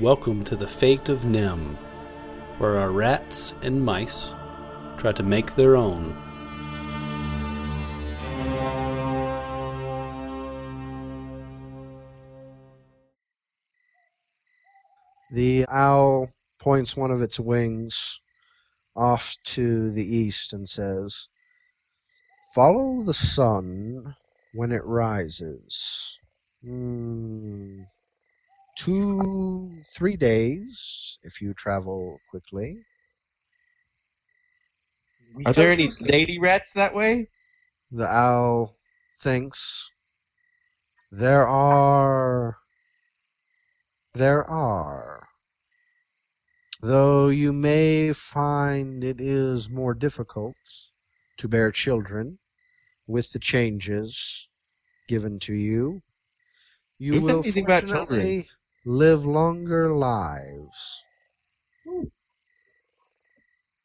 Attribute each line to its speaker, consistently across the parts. Speaker 1: Welcome to the fate of Nim, where our rats and mice try to make their own.
Speaker 2: The owl points one of its wings off to the east and says, Follow the sun when it rises. Hmm. Two, three days if you travel quickly.
Speaker 3: Are there any lady rats that way?
Speaker 2: The owl thinks there are. There are. Though you may find it is more difficult to bear children with the changes given to you, you
Speaker 3: Who said
Speaker 2: will
Speaker 3: anything about children?
Speaker 2: fortunately live longer lives.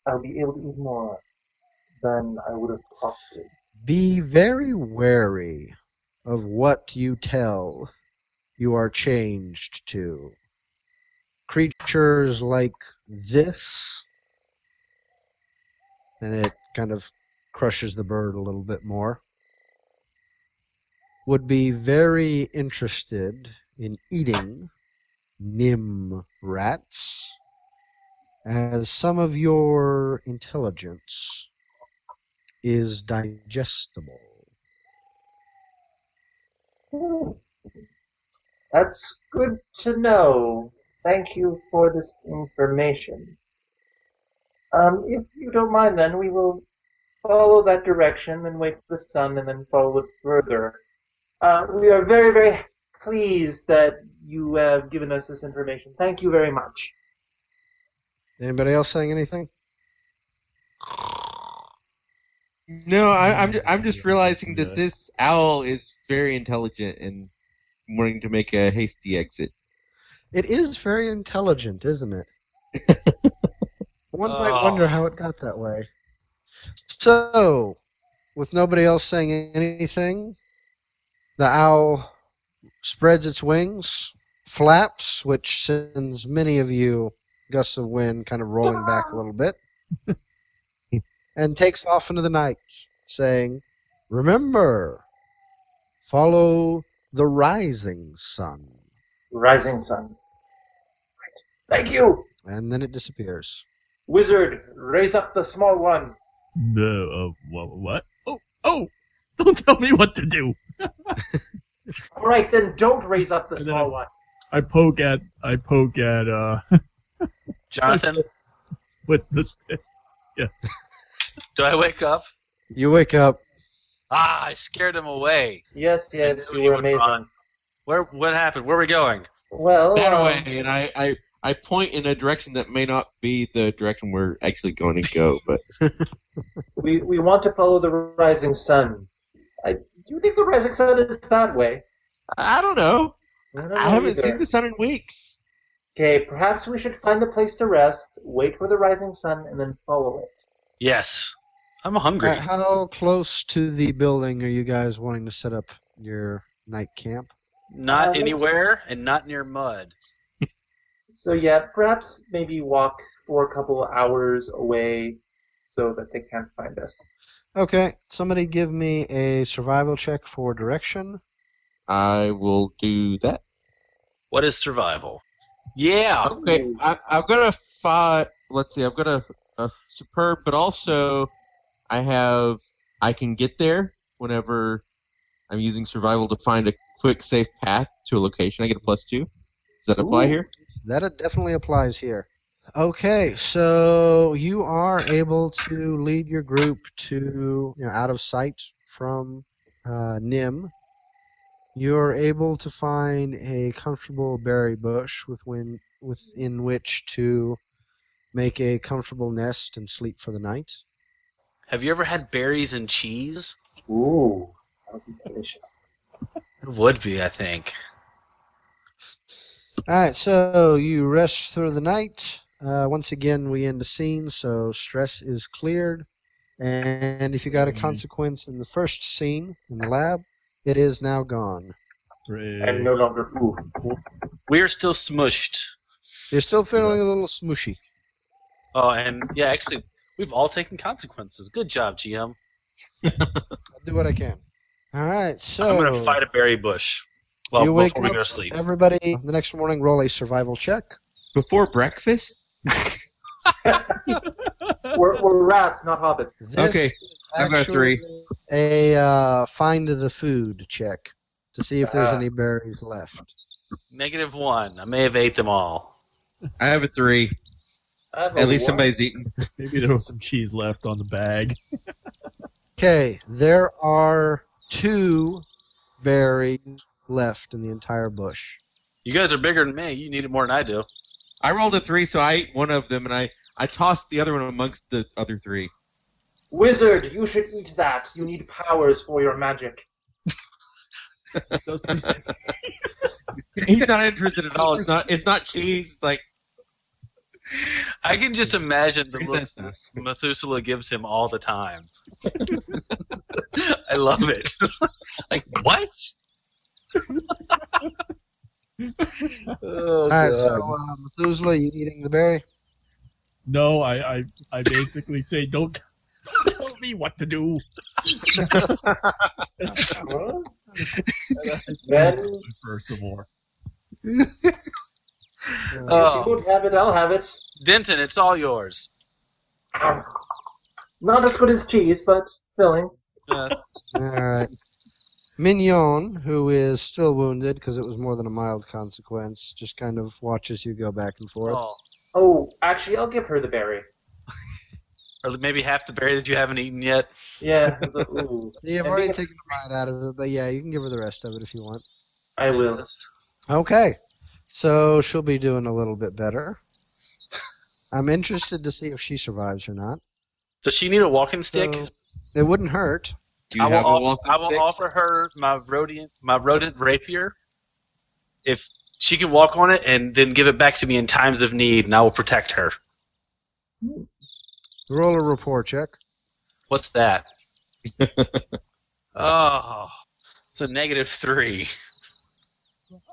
Speaker 4: I'll be able to eat more than I would have possibly.
Speaker 2: Be very wary of what you tell you are changed to. Creatures like this, and it kind of crushes the bird a little bit more, would be very interested in eating nim rats as some of your intelligence is digestible.
Speaker 4: Hmm. That's good to know. Thank you for this information. Um, if you don't mind, then we will follow that direction and wait for the sun and then follow it further. Uh, we are very, very pleased that you have given us this information. Thank you very much.
Speaker 2: Anybody else saying anything?
Speaker 3: No, I, I'm ju- I'm just realizing that this owl is very intelligent and wanting to make a hasty exit.
Speaker 2: It is very intelligent, isn't it? One might
Speaker 5: Oh.
Speaker 2: wonder how it got that way. So, with nobody else saying anything, the owl spreads its wings, flaps, which sends many of you gusts of wind kind of rolling back a little bit, and takes off into the night, saying, Remember, follow the rising sun.
Speaker 4: Rising sun. Thank you!
Speaker 2: And then it disappears.
Speaker 4: Wizard, raise up the small one.
Speaker 6: No, uh, wha- what? Oh, oh! Don't tell me what to do.
Speaker 4: All right, then don't raise up the
Speaker 6: I
Speaker 4: small
Speaker 6: know.
Speaker 4: one.
Speaker 6: I poke at, I poke at, uh,
Speaker 5: Jonathan,
Speaker 6: with the stick.
Speaker 5: do I wake up?
Speaker 2: You wake up.
Speaker 5: Ah, I scared him away.
Speaker 4: Yes, yes,
Speaker 5: knew
Speaker 4: you
Speaker 5: he
Speaker 4: were
Speaker 5: would
Speaker 4: amazing.
Speaker 5: run. Where? What happened? Where are we going?
Speaker 4: Well,
Speaker 3: That
Speaker 4: um,
Speaker 3: way, and I, I I point in a direction that may not be the direction we're actually going to go, but
Speaker 4: we, we want to follow the rising sun. I, you think the rising sun is that way?
Speaker 3: I don't know.
Speaker 4: I, don't
Speaker 3: I haven't
Speaker 4: either.
Speaker 3: seen the sun in weeks.
Speaker 4: Okay, perhaps we should find a place to rest, wait for the rising sun, and then follow it.
Speaker 5: Yes, I'm hungry.
Speaker 2: Uh, how close to the building are you guys wanting to set up your night camp?
Speaker 4: uh,
Speaker 5: not
Speaker 4: let's-
Speaker 5: anywhere and not near mud.
Speaker 4: So yeah, perhaps maybe walk for a couple hours away so that they can't find us.
Speaker 2: Okay, somebody give me a survival check for direction.
Speaker 3: I will do that.
Speaker 5: What is survival? Yeah.
Speaker 3: Okay, I, I've got a five. Let's see, I've got a, a superb, but also I have I can get there whenever I'm using survival to find a quick, safe path to a location. I get a plus two. Does that apply
Speaker 2: Ooh.
Speaker 3: here?
Speaker 2: That it definitely applies here. Okay, so you are able to lead your group to you know, out of sight from uh, Nim. You're able to find a comfortable berry bush with win- within which to make a comfortable nest and sleep for the night.
Speaker 5: Have you ever had berries and cheese?
Speaker 4: Ooh, that would be delicious.
Speaker 5: It would be, I think.
Speaker 2: All right, so you rest through the night. Uh, once again, we end the scene, so stress is cleared. And if you got a
Speaker 3: Mm-hmm.
Speaker 2: consequence in the first scene in the lab, it is now gone.
Speaker 6: Hooray.
Speaker 4: And no longer ooh.
Speaker 5: We are still smushed.
Speaker 2: You're still feeling a little smooshy.
Speaker 5: Oh, and yeah, actually, we've all taken consequences. Good job, GM.
Speaker 2: I'll do what I can. All right, so
Speaker 5: I'm gonna fight a berry bush. Well,
Speaker 2: Oh. You wake
Speaker 5: before we
Speaker 2: up-
Speaker 5: go to sleep.
Speaker 2: everybody the next morning roll a survival check.
Speaker 3: Before breakfast?
Speaker 4: We're, we're rats, not hobbits.
Speaker 2: This
Speaker 3: Okay,
Speaker 2: is
Speaker 3: I've got a three.
Speaker 2: actually A uh, find the food check to see if there's
Speaker 4: Uh.
Speaker 2: any berries left.
Speaker 5: Negative one. I may have ate them all.
Speaker 3: I have a three.
Speaker 4: I have a
Speaker 3: At least
Speaker 4: one.
Speaker 3: somebody's eaten.
Speaker 6: Maybe there was some cheese left on the bag.
Speaker 2: Okay, there are two berries left in the entire bush.
Speaker 5: You guys are bigger than me. You need it more than I do.
Speaker 3: I rolled a three, so I ate one of them, and I, I tossed the other one amongst the other three.
Speaker 4: Wizard, you should eat that. You need powers for your magic.
Speaker 6: Those three
Speaker 3: He's not interested at all. It's not. It's not cheese. It's like
Speaker 5: I can just imagine the
Speaker 3: Read
Speaker 5: look
Speaker 3: this now.
Speaker 5: Methuselah gives him all the time. I love it. like what?
Speaker 2: All right, so uh, Methuselah, you eating the berry?
Speaker 6: No, I, I, I basically say don't tell me what to do.
Speaker 4: Huh?
Speaker 6: For some more.
Speaker 4: If
Speaker 5: Oh,
Speaker 4: you could have it, I'll have it.
Speaker 5: Denton, it's all yours.
Speaker 4: Not as good as cheese, but filling.
Speaker 5: Uh,
Speaker 2: All right. Mignon, who is still wounded because it was more than a mild consequence, just kind of watches you go back and forth.
Speaker 5: all.
Speaker 4: Oh, actually, I'll give her the berry.
Speaker 5: Or maybe half the berry that you haven't eaten yet.
Speaker 4: Yeah. the- ooh.
Speaker 2: You've
Speaker 4: And
Speaker 2: already
Speaker 4: because-
Speaker 2: taken a bite out of it, but yeah, you can give her the rest of it if you want.
Speaker 4: I will.
Speaker 2: Okay. So she'll be doing a little bit better. I'm interested to see if she survives or not.
Speaker 5: Does she need a walking stick?
Speaker 2: So, it wouldn't hurt.
Speaker 3: do
Speaker 5: I will,
Speaker 3: have a
Speaker 5: offer,
Speaker 3: walking
Speaker 5: I will
Speaker 3: stick?
Speaker 5: offer her my rodent, my rodent rapier. If she can walk on it and then give it back to me in times of need, and I will protect her.
Speaker 2: Roll a rapport check.
Speaker 5: What's that? oh, it's a negative three.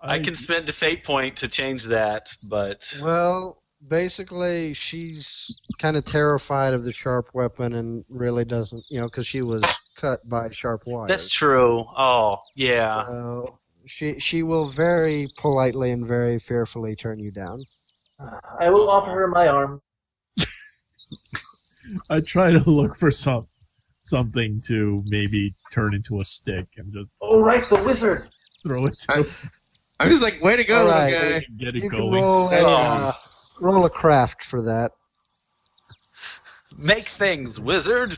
Speaker 5: I can spend a fate point to change that, but
Speaker 2: Oh Well, basically, she's kind of terrified of the sharp weapon and really doesn't, you know, because she was cut by sharp wires.
Speaker 5: that's true. Oh, yeah.
Speaker 2: So she she will very politely and very fearfully turn you down.
Speaker 4: I will offer her my arm.
Speaker 6: I try to look for some something to maybe turn into a stick and just
Speaker 4: Oh, right, the wizard.
Speaker 6: throw it to
Speaker 3: I-
Speaker 6: it
Speaker 3: I'm just like, way to go,
Speaker 2: All
Speaker 3: little
Speaker 2: right.
Speaker 3: guy.
Speaker 6: and get
Speaker 2: You
Speaker 6: it
Speaker 2: can
Speaker 6: going.
Speaker 2: roll a,
Speaker 3: That's
Speaker 2: uh, roll a craft for that.
Speaker 5: Make things, wizard.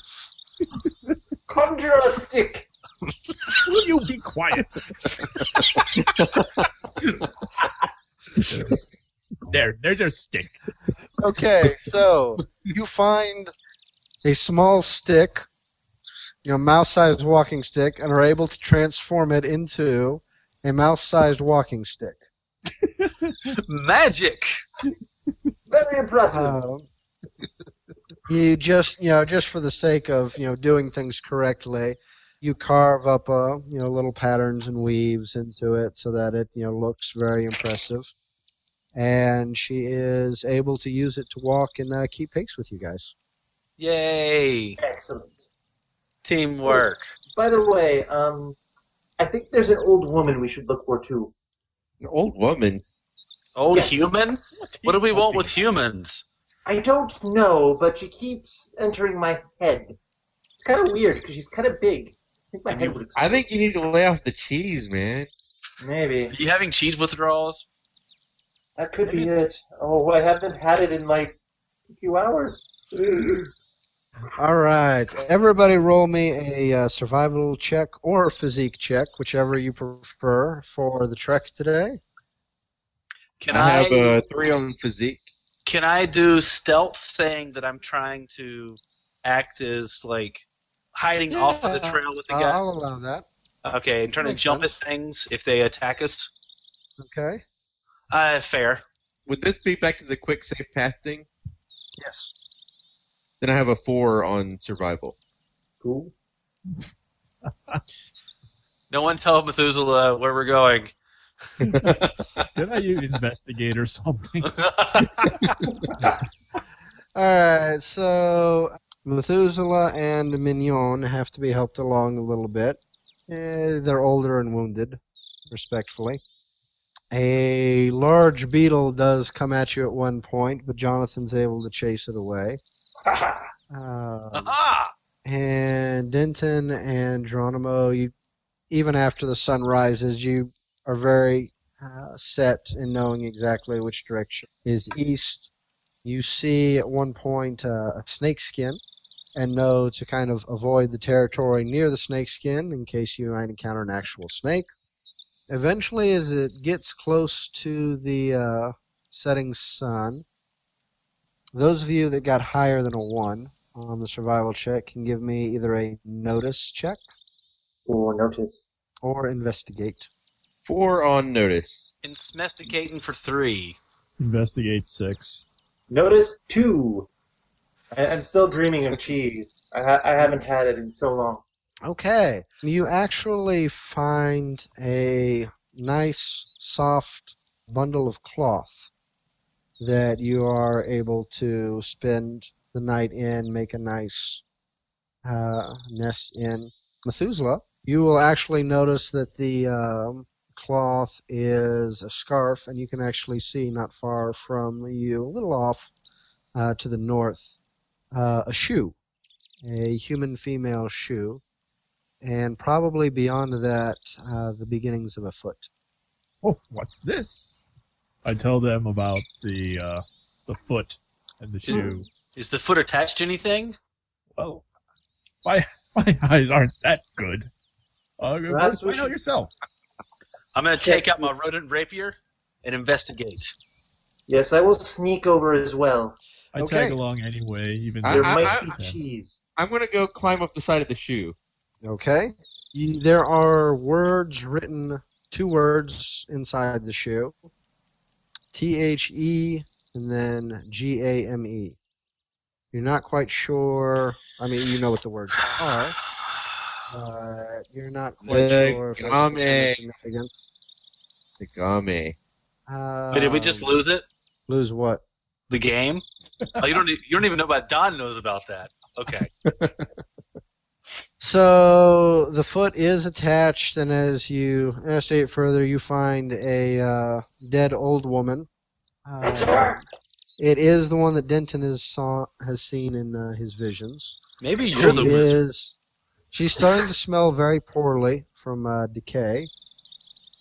Speaker 4: Conjure a stick.
Speaker 6: Will you be quiet? there, there's your stick.
Speaker 2: Okay, so you find a small stick, you know, mouse-sized walking stick, and are able to transform it into a mouse-sized walking stick.
Speaker 5: Magic.
Speaker 4: Very impressive.
Speaker 3: Ah.
Speaker 2: Um, you just, you know, just for the sake of, you know, doing things correctly, you carve up, uh, you know, little patterns and weaves into it so that it, you know, looks very impressive. And she is able to use it to walk and uh, keep pace with you guys.
Speaker 5: Yay.
Speaker 4: Excellent.
Speaker 5: Teamwork.
Speaker 4: By the way, um, I think there's an old woman we should look for too.
Speaker 3: An old woman.
Speaker 5: Old
Speaker 4: Yes.
Speaker 5: human? What do we want with humans?
Speaker 4: I don't know, but she keeps entering my head. It's kind of weird because she's kind of big. I think my head would
Speaker 3: I
Speaker 4: explode.
Speaker 3: think you need to lay off the cheese, man.
Speaker 5: Are
Speaker 4: Maybe
Speaker 5: you having cheese withdrawals?
Speaker 4: that could be it. Oh, I haven't had it in like a few hours.
Speaker 2: All right. Everybody roll me a uh, survival check or physique check, whichever you prefer, for the trek today.
Speaker 5: Can
Speaker 3: I
Speaker 5: I,
Speaker 3: have a three on physique.
Speaker 5: can I do stealth saying that I'm trying to act as like hiding off of the
Speaker 2: Yeah,
Speaker 5: trail with the
Speaker 2: Uh,
Speaker 5: guy?
Speaker 2: I'll allow that.
Speaker 5: Okay, and trying to
Speaker 2: makes
Speaker 5: jump
Speaker 2: sense.
Speaker 5: at things if they attack us.
Speaker 2: Okay.
Speaker 5: Uh, fair.
Speaker 3: Would this be back to the quick safe path thing?
Speaker 2: Yes.
Speaker 3: Then I have a four on survival.
Speaker 4: Cool.
Speaker 5: No one tell Methuselah where we're going.
Speaker 6: Did I use investigate or something?
Speaker 2: All right, so Methuselah and Mignon have to be helped along a little bit. Eh, they're older and wounded, respectfully. A large beetle does come at you at one point, but Jonathan's able to chase it away. Um,
Speaker 5: Aha!
Speaker 2: and Denton and Geronimo, you, even after the sun rises, you are very uh, set in knowing exactly which direction is east. You see at one point uh, a snake skin and know to kind of avoid the territory near the snake skin in case you might encounter an actual snake. Eventually, as it gets close to the uh, setting sun, those of you that got higher than a 1 on the survival check can give me either a notice check
Speaker 4: Ooh, notice.
Speaker 2: or investigate.
Speaker 3: Four on notice.
Speaker 5: Insmesticating for three.
Speaker 6: investigate six.
Speaker 4: Notice two. I- I'm still dreaming of cheese. I, ha- I haven't had it in so long.
Speaker 2: Okay. You actually find a nice, soft bundle of cloth that you are able to spend the night in, make a nice uh, nest in. Methuselah, you will actually notice that the um, cloth is a scarf, and you can actually see not far from you, a little off uh, to the north, uh, a shoe, a human female shoe and probably beyond that, uh, the beginnings of a foot.
Speaker 6: Oh, what's this? I tell them about the uh, the foot and the
Speaker 5: Hmm.
Speaker 6: shoe.
Speaker 5: Is the foot attached to anything?
Speaker 6: Well, my my eyes aren't that good. Uh,
Speaker 4: Perhaps we
Speaker 6: find out
Speaker 4: should-
Speaker 6: yourself.
Speaker 5: I'm gonna
Speaker 4: Check.
Speaker 5: take out my rodent rapier and investigate.
Speaker 4: Yes, I will sneak over as well.
Speaker 6: I
Speaker 2: Okay.
Speaker 6: tag along anyway, even
Speaker 4: There
Speaker 3: I- I-
Speaker 4: might
Speaker 3: I-
Speaker 4: be
Speaker 6: okay.
Speaker 4: cheese.
Speaker 3: I'm gonna go climb up the side of the shoe.
Speaker 2: Okay. You, there are words written, two words inside the shoe T H E and then G A M E. You're not quite sure. I mean, you know what the words are, but you're not quite
Speaker 3: Look,
Speaker 2: sure if there's
Speaker 3: I'm
Speaker 2: any
Speaker 3: a-
Speaker 2: significance.
Speaker 3: Tagame.
Speaker 2: Um,
Speaker 5: But did we just lose it?
Speaker 2: lose what?
Speaker 5: The game? Oh, you don't. e- You don't even know about Don knows about that. Okay.
Speaker 2: So the foot is attached, and as you investigate further, you find a uh, dead old woman. Uh,
Speaker 4: It's her!
Speaker 2: It is the one that Denton has saw has seen in uh, his visions.
Speaker 5: Maybe you're the
Speaker 2: She
Speaker 5: wizard.
Speaker 2: is. She's starting to smell very poorly from uh, decay.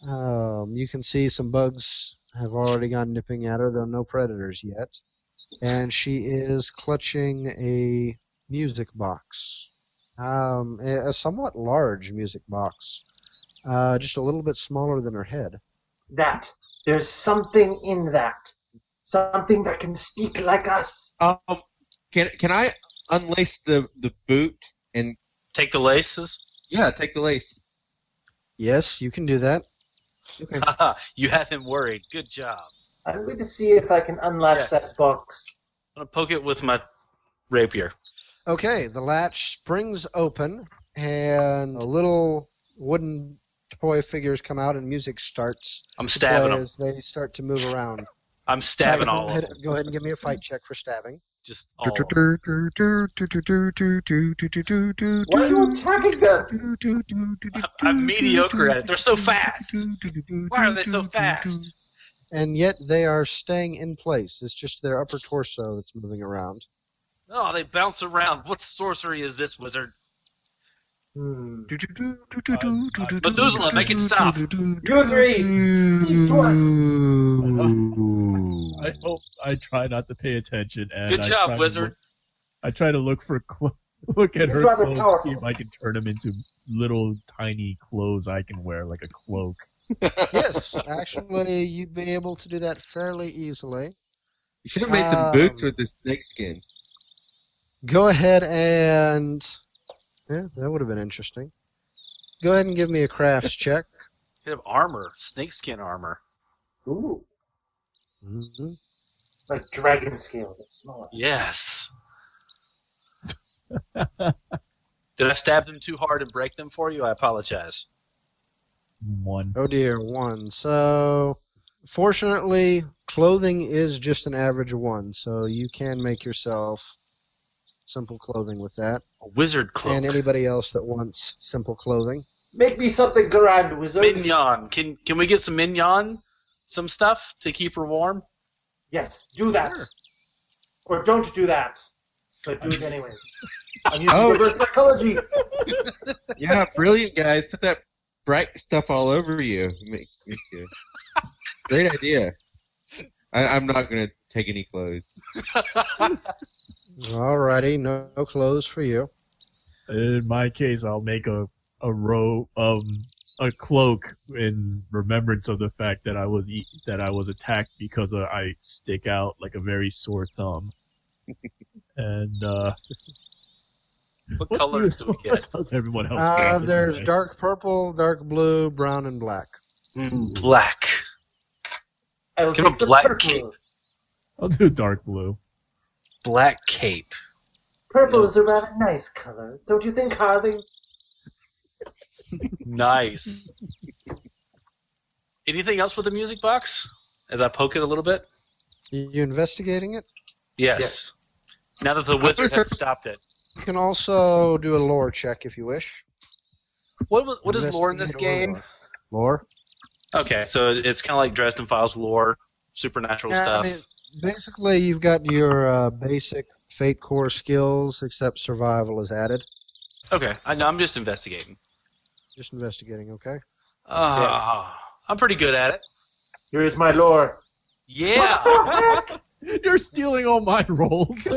Speaker 2: Um, you can see some bugs have already gone nipping at her, though no predators yet. And she is clutching a music box, um, a a somewhat large music box, uh, just a little bit smaller than her head.
Speaker 4: That. There's something in that. Something that can speak like us.
Speaker 3: Um, can can I unlace the the boot and
Speaker 5: Take the laces.
Speaker 3: yeah, take the lace?
Speaker 2: Yes, you can do that.
Speaker 3: Okay.
Speaker 5: Haha, you have him worried. Good job.
Speaker 4: I'm going to see if I can unlatch
Speaker 5: Yes.
Speaker 4: that box.
Speaker 5: I'm gonna poke it with my rapier.
Speaker 2: Okay, the latch springs open, and a little wooden toy figures come out, and music starts
Speaker 5: I'm
Speaker 2: to
Speaker 5: stabbing
Speaker 2: play
Speaker 5: him.
Speaker 2: as they start to move around.
Speaker 5: I'm stabbing
Speaker 2: Go
Speaker 5: all of
Speaker 2: ahead-
Speaker 5: them.
Speaker 2: Go ahead and give me a fight check for stabbing.
Speaker 5: Just all. of 'em.
Speaker 4: Why are you attacking them?
Speaker 5: I'm mediocre at it. They're so fast. Why are they so fast?
Speaker 2: And yet they are staying in place. It's just their upper torso that's moving around.
Speaker 5: Oh, they bounce around. What sorcery is this, wizard?
Speaker 4: Hmm.
Speaker 5: Methuselah, make it stop.
Speaker 4: You three, speak to us.
Speaker 6: I hope I try not to pay attention. And
Speaker 5: Good
Speaker 6: I
Speaker 5: job,
Speaker 6: try to
Speaker 5: wizard.
Speaker 6: look- I try to look for clo- look at
Speaker 4: It's
Speaker 6: her
Speaker 4: rather
Speaker 6: clothes, see if
Speaker 4: powerful.
Speaker 6: I can turn them into little tiny clothes I can wear, like a cloak.
Speaker 2: yes, actually, you'd be able to do that fairly easily.
Speaker 3: You should have made some boots
Speaker 2: Um,
Speaker 3: with the snake skin.
Speaker 2: Go ahead and. Yeah, that would have been interesting. Go ahead and give me a crafts check.
Speaker 5: They have armor, snakeskin armor.
Speaker 4: Ooh,
Speaker 2: Mhm.
Speaker 4: like dragon scale, but smaller.
Speaker 5: Yes. Did I stab them too hard and break them for you? I apologize.
Speaker 6: One.
Speaker 2: Oh dear, one. So, fortunately, clothing is just an average one, so you can make yourself simple clothing with that.
Speaker 5: A wizard cloak.
Speaker 2: And anybody else that wants simple clothing.
Speaker 4: Make me something grand, wizard.
Speaker 5: Mignon. Can can we get some mignon? Some stuff to keep her warm?
Speaker 4: Yes, do that.
Speaker 6: Sure.
Speaker 4: Or don't do that. But do it anyway. I'm using
Speaker 3: Oh.
Speaker 4: reverse psychology.
Speaker 3: Yeah, brilliant guys. Put that bright stuff all over you. Make, make you. Great idea. I, I'm not gonna take any clothes.
Speaker 2: Alrighty, no, no clothes for you.
Speaker 6: In my case, I'll make a a row um a cloak in remembrance of the fact that I was eat, that I was attacked because uh, I stick out like a very sore thumb. and uh,
Speaker 5: What,
Speaker 6: what
Speaker 5: colors
Speaker 6: do-
Speaker 5: do we get?
Speaker 6: what does everyone else?
Speaker 2: Uh,
Speaker 6: get
Speaker 2: there's
Speaker 6: anyway?
Speaker 2: dark purple, dark blue, brown, and black.
Speaker 5: Mm, black.
Speaker 4: I will
Speaker 5: Give him
Speaker 4: take the
Speaker 5: black
Speaker 4: purple.
Speaker 5: cape.
Speaker 6: I'll do dark blue.
Speaker 5: Black cape.
Speaker 4: Purple is a rather nice color, don't you think, Harley?
Speaker 5: Nice. Anything else with the music box? As I poke it a little bit?
Speaker 2: You you investigating it?
Speaker 5: Yes.
Speaker 4: Yes.
Speaker 5: Now that the
Speaker 3: gonna
Speaker 5: wizard has
Speaker 3: start-
Speaker 5: stopped it.
Speaker 2: You can also do a lore check if you wish.
Speaker 5: What was, what is lore in this
Speaker 2: Investigate or
Speaker 5: game?
Speaker 2: Lore?
Speaker 5: Okay, so it's kind of like Dresden Files lore, supernatural
Speaker 2: Yeah,
Speaker 5: stuff.
Speaker 2: I mean, basically, you've got your uh, basic fate core skills, except survival is added.
Speaker 5: okay, I, no, I'm just investigating.
Speaker 2: Just investigating, okay?
Speaker 5: Ah, I'm pretty good at it.
Speaker 4: Here is my lore.
Speaker 5: Yeah.
Speaker 6: You're stealing all my rolls.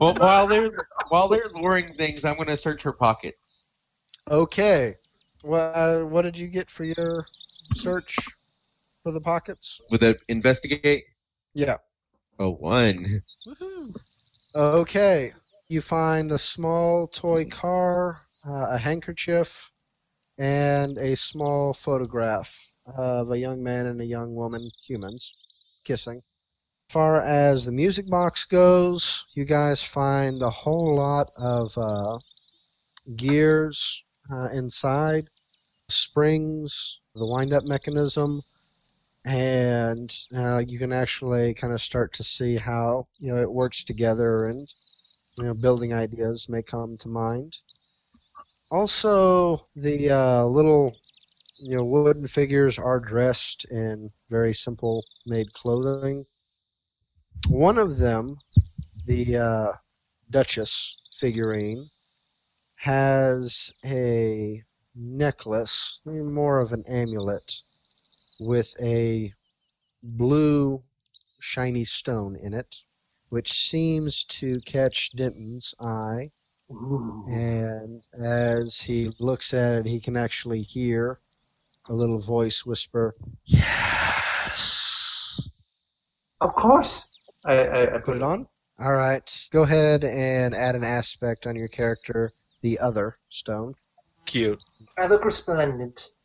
Speaker 3: Well, while they're while they're luring things, I'm gonna search her pockets.
Speaker 2: okay. Well, uh, what did you get for your search for the pockets?
Speaker 3: With a investigate.
Speaker 2: Yeah.
Speaker 3: Oh, one.
Speaker 2: Okay. You find a small toy car, uh, a handkerchief, and a small photograph of a young man and a young woman, humans, kissing. Far as the music box goes, you guys find a whole lot of uh, gears uh, inside, springs, the wind up mechanism, and uh, you can actually kind of start to see how you know it works together and you know building ideas may come to mind also the uh, little you know wooden figures are dressed in very simple made clothing one of them the uh, duchess figurine has a necklace more of an amulet with a blue shiny stone in it, which seems to catch Denton's eye. And as he looks at it, he can actually hear a little voice whisper, Yes.
Speaker 4: Of course. I, I, I
Speaker 2: Put
Speaker 4: put
Speaker 2: it
Speaker 4: it on.
Speaker 2: on. All right. Go ahead and add an aspect on your character, the other stone.
Speaker 5: Cute.
Speaker 4: I look resplendent.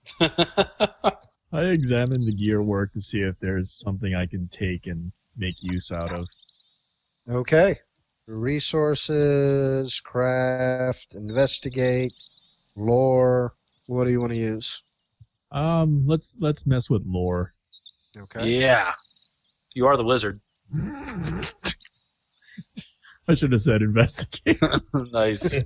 Speaker 6: I examine the gear work to see if there's something I can take and make use out of.
Speaker 2: Okay. Resources, craft, investigate, lore. What do you want to use?
Speaker 6: Um, let's let's mess with lore.
Speaker 2: Okay.
Speaker 5: Yeah. You are the wizard.
Speaker 6: I should have said investigate.
Speaker 5: nice.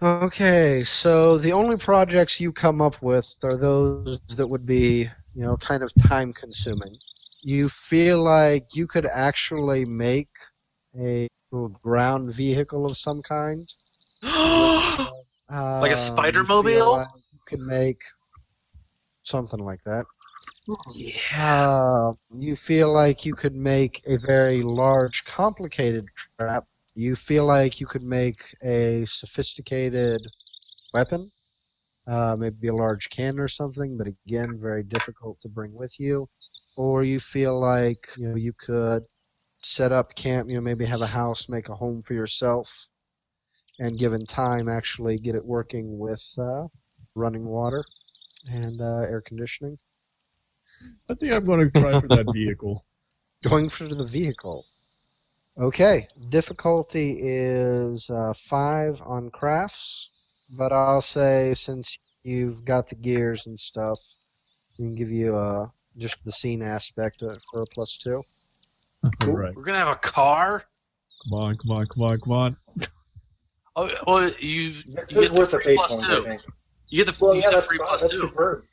Speaker 2: Okay, so the only projects you come up with are those that would be, you know, kind of time consuming. You feel like you could actually make a little ground vehicle of some kind.
Speaker 5: That's
Speaker 2: Uh,
Speaker 5: Like a Spider-Mobile?
Speaker 2: You, feel like you can make something like that. Yeah. you feel like you could make a very large, complicated trap. You feel like you could make a sophisticated weapon, uh, maybe a large cannon or something, but again, very difficult to bring with you. Or you feel like you know you could set up camp, you know, maybe have a house, make a home for yourself, and given time, actually get it working with uh, running water and uh, air conditioning.
Speaker 6: I think I'm going to try for that vehicle.
Speaker 2: Going for the vehicle. Okay. Difficulty is uh, five on crafts, but I'll say since you've got the gears and stuff, we can give you uh, just the scene aspect uh, for a plus two.
Speaker 6: All right.
Speaker 5: We're gonna have a car.
Speaker 6: Come on, come on, come on, come on.
Speaker 5: Oh, well, you, you
Speaker 4: This
Speaker 5: get
Speaker 4: is
Speaker 5: the
Speaker 4: worth a
Speaker 5: free
Speaker 4: bait
Speaker 5: plus
Speaker 4: point, I
Speaker 5: two.
Speaker 4: think.
Speaker 5: You get the,
Speaker 4: Well,
Speaker 5: you
Speaker 4: yeah,
Speaker 5: get the
Speaker 4: that's,
Speaker 5: free
Speaker 4: fi-
Speaker 5: plus
Speaker 4: that's
Speaker 5: two.
Speaker 4: superb.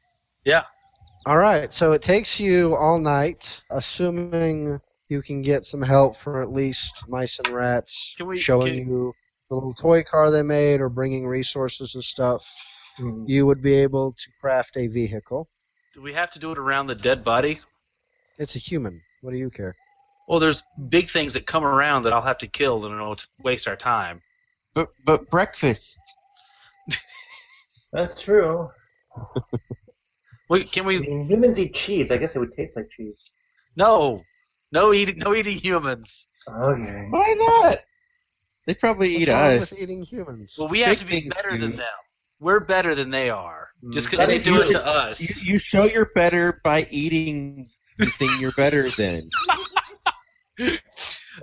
Speaker 2: All right, so it takes you all night, assuming you can get some help from at least mice and rats
Speaker 5: Can we-
Speaker 2: showing
Speaker 5: can-
Speaker 2: you the little toy car they made or bringing resources and stuff.
Speaker 4: Hmm.
Speaker 2: You would be able to craft a vehicle.
Speaker 5: Do we have to do it around the dead body?
Speaker 2: It's a human. What do you care?
Speaker 5: Well, there's big things that come around that I'll have to kill in order to waste our time.
Speaker 3: But but breakfast.
Speaker 4: That's true.
Speaker 5: Wait, can
Speaker 4: I
Speaker 5: we?
Speaker 4: mean, humans eat cheese. I guess it would taste like cheese.
Speaker 5: No, no eating, no eating humans.
Speaker 4: Okay.
Speaker 3: Why not? They probably
Speaker 2: What's
Speaker 3: eat
Speaker 2: wrong
Speaker 3: us.
Speaker 2: With eating humans.
Speaker 5: Well, we have
Speaker 3: Big
Speaker 5: to be
Speaker 3: things,
Speaker 5: better than
Speaker 3: dude.
Speaker 5: them. We're better than they are. Just because
Speaker 4: But
Speaker 5: they
Speaker 4: if
Speaker 5: do
Speaker 4: you-
Speaker 5: it to us.
Speaker 3: You, you show you're better by eating the thing you're better than.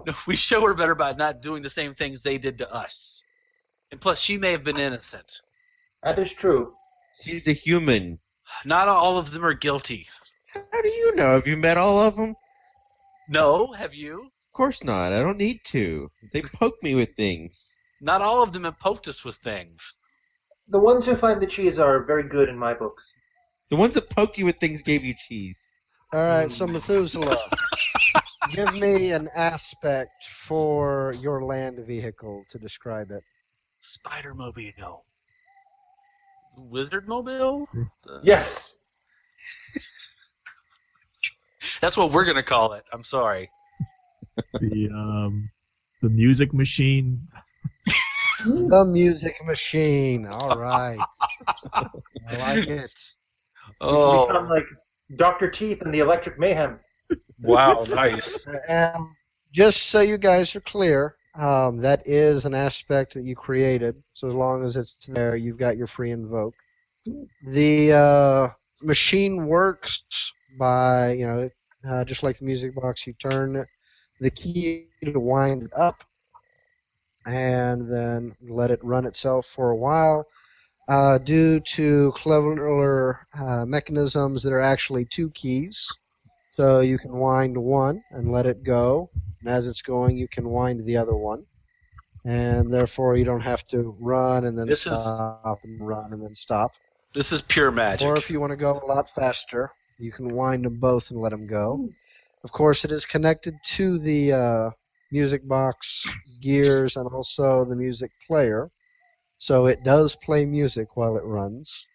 Speaker 5: No, we show her better by not doing the same things they did to us. And plus, she may have been innocent.
Speaker 4: That is true.
Speaker 3: She's a human.
Speaker 5: Not all of them are guilty.
Speaker 3: How do you know? Have you met all of them?
Speaker 5: No, have you?
Speaker 3: Of course not. I don't need to. They poke me with things.
Speaker 5: Not all of them have poked us with things.
Speaker 4: The ones who find the cheese are very good in my books.
Speaker 3: The ones that poked you with things gave you cheese.
Speaker 2: All right,
Speaker 3: Mm.
Speaker 2: so Methuselah, give me an aspect for your land vehicle to describe it.
Speaker 5: Spider Mobile. Wizard Mobile?
Speaker 4: Yes.
Speaker 5: That's what we're going to call it. I'm sorry.
Speaker 6: The um, the music machine.
Speaker 2: The music machine. All right. I like it.
Speaker 4: Become like Doctor Teeth and the Electric Mayhem.
Speaker 5: wow, nice.
Speaker 2: Um, just so you guys are clear, um, that is an aspect that you created. So as long as it's there, you've got your free invoke. The uh, machine works by you know uh, just like the music box, you turn the key to wind it up, and then let it run itself for a while. Uh, due to cleverer uh, mechanisms that are actually two keys, so you can wind one and let it go, and as it's going, you can wind the other one, and therefore you don't have to run and then
Speaker 5: This is-
Speaker 2: stop and run and then stop.
Speaker 5: This is pure magic.
Speaker 2: Or if you want to go a lot faster, you can wind them both and let them go. Of course, it is connected to the uh, music box gears and also the music player, so it does play music while it runs.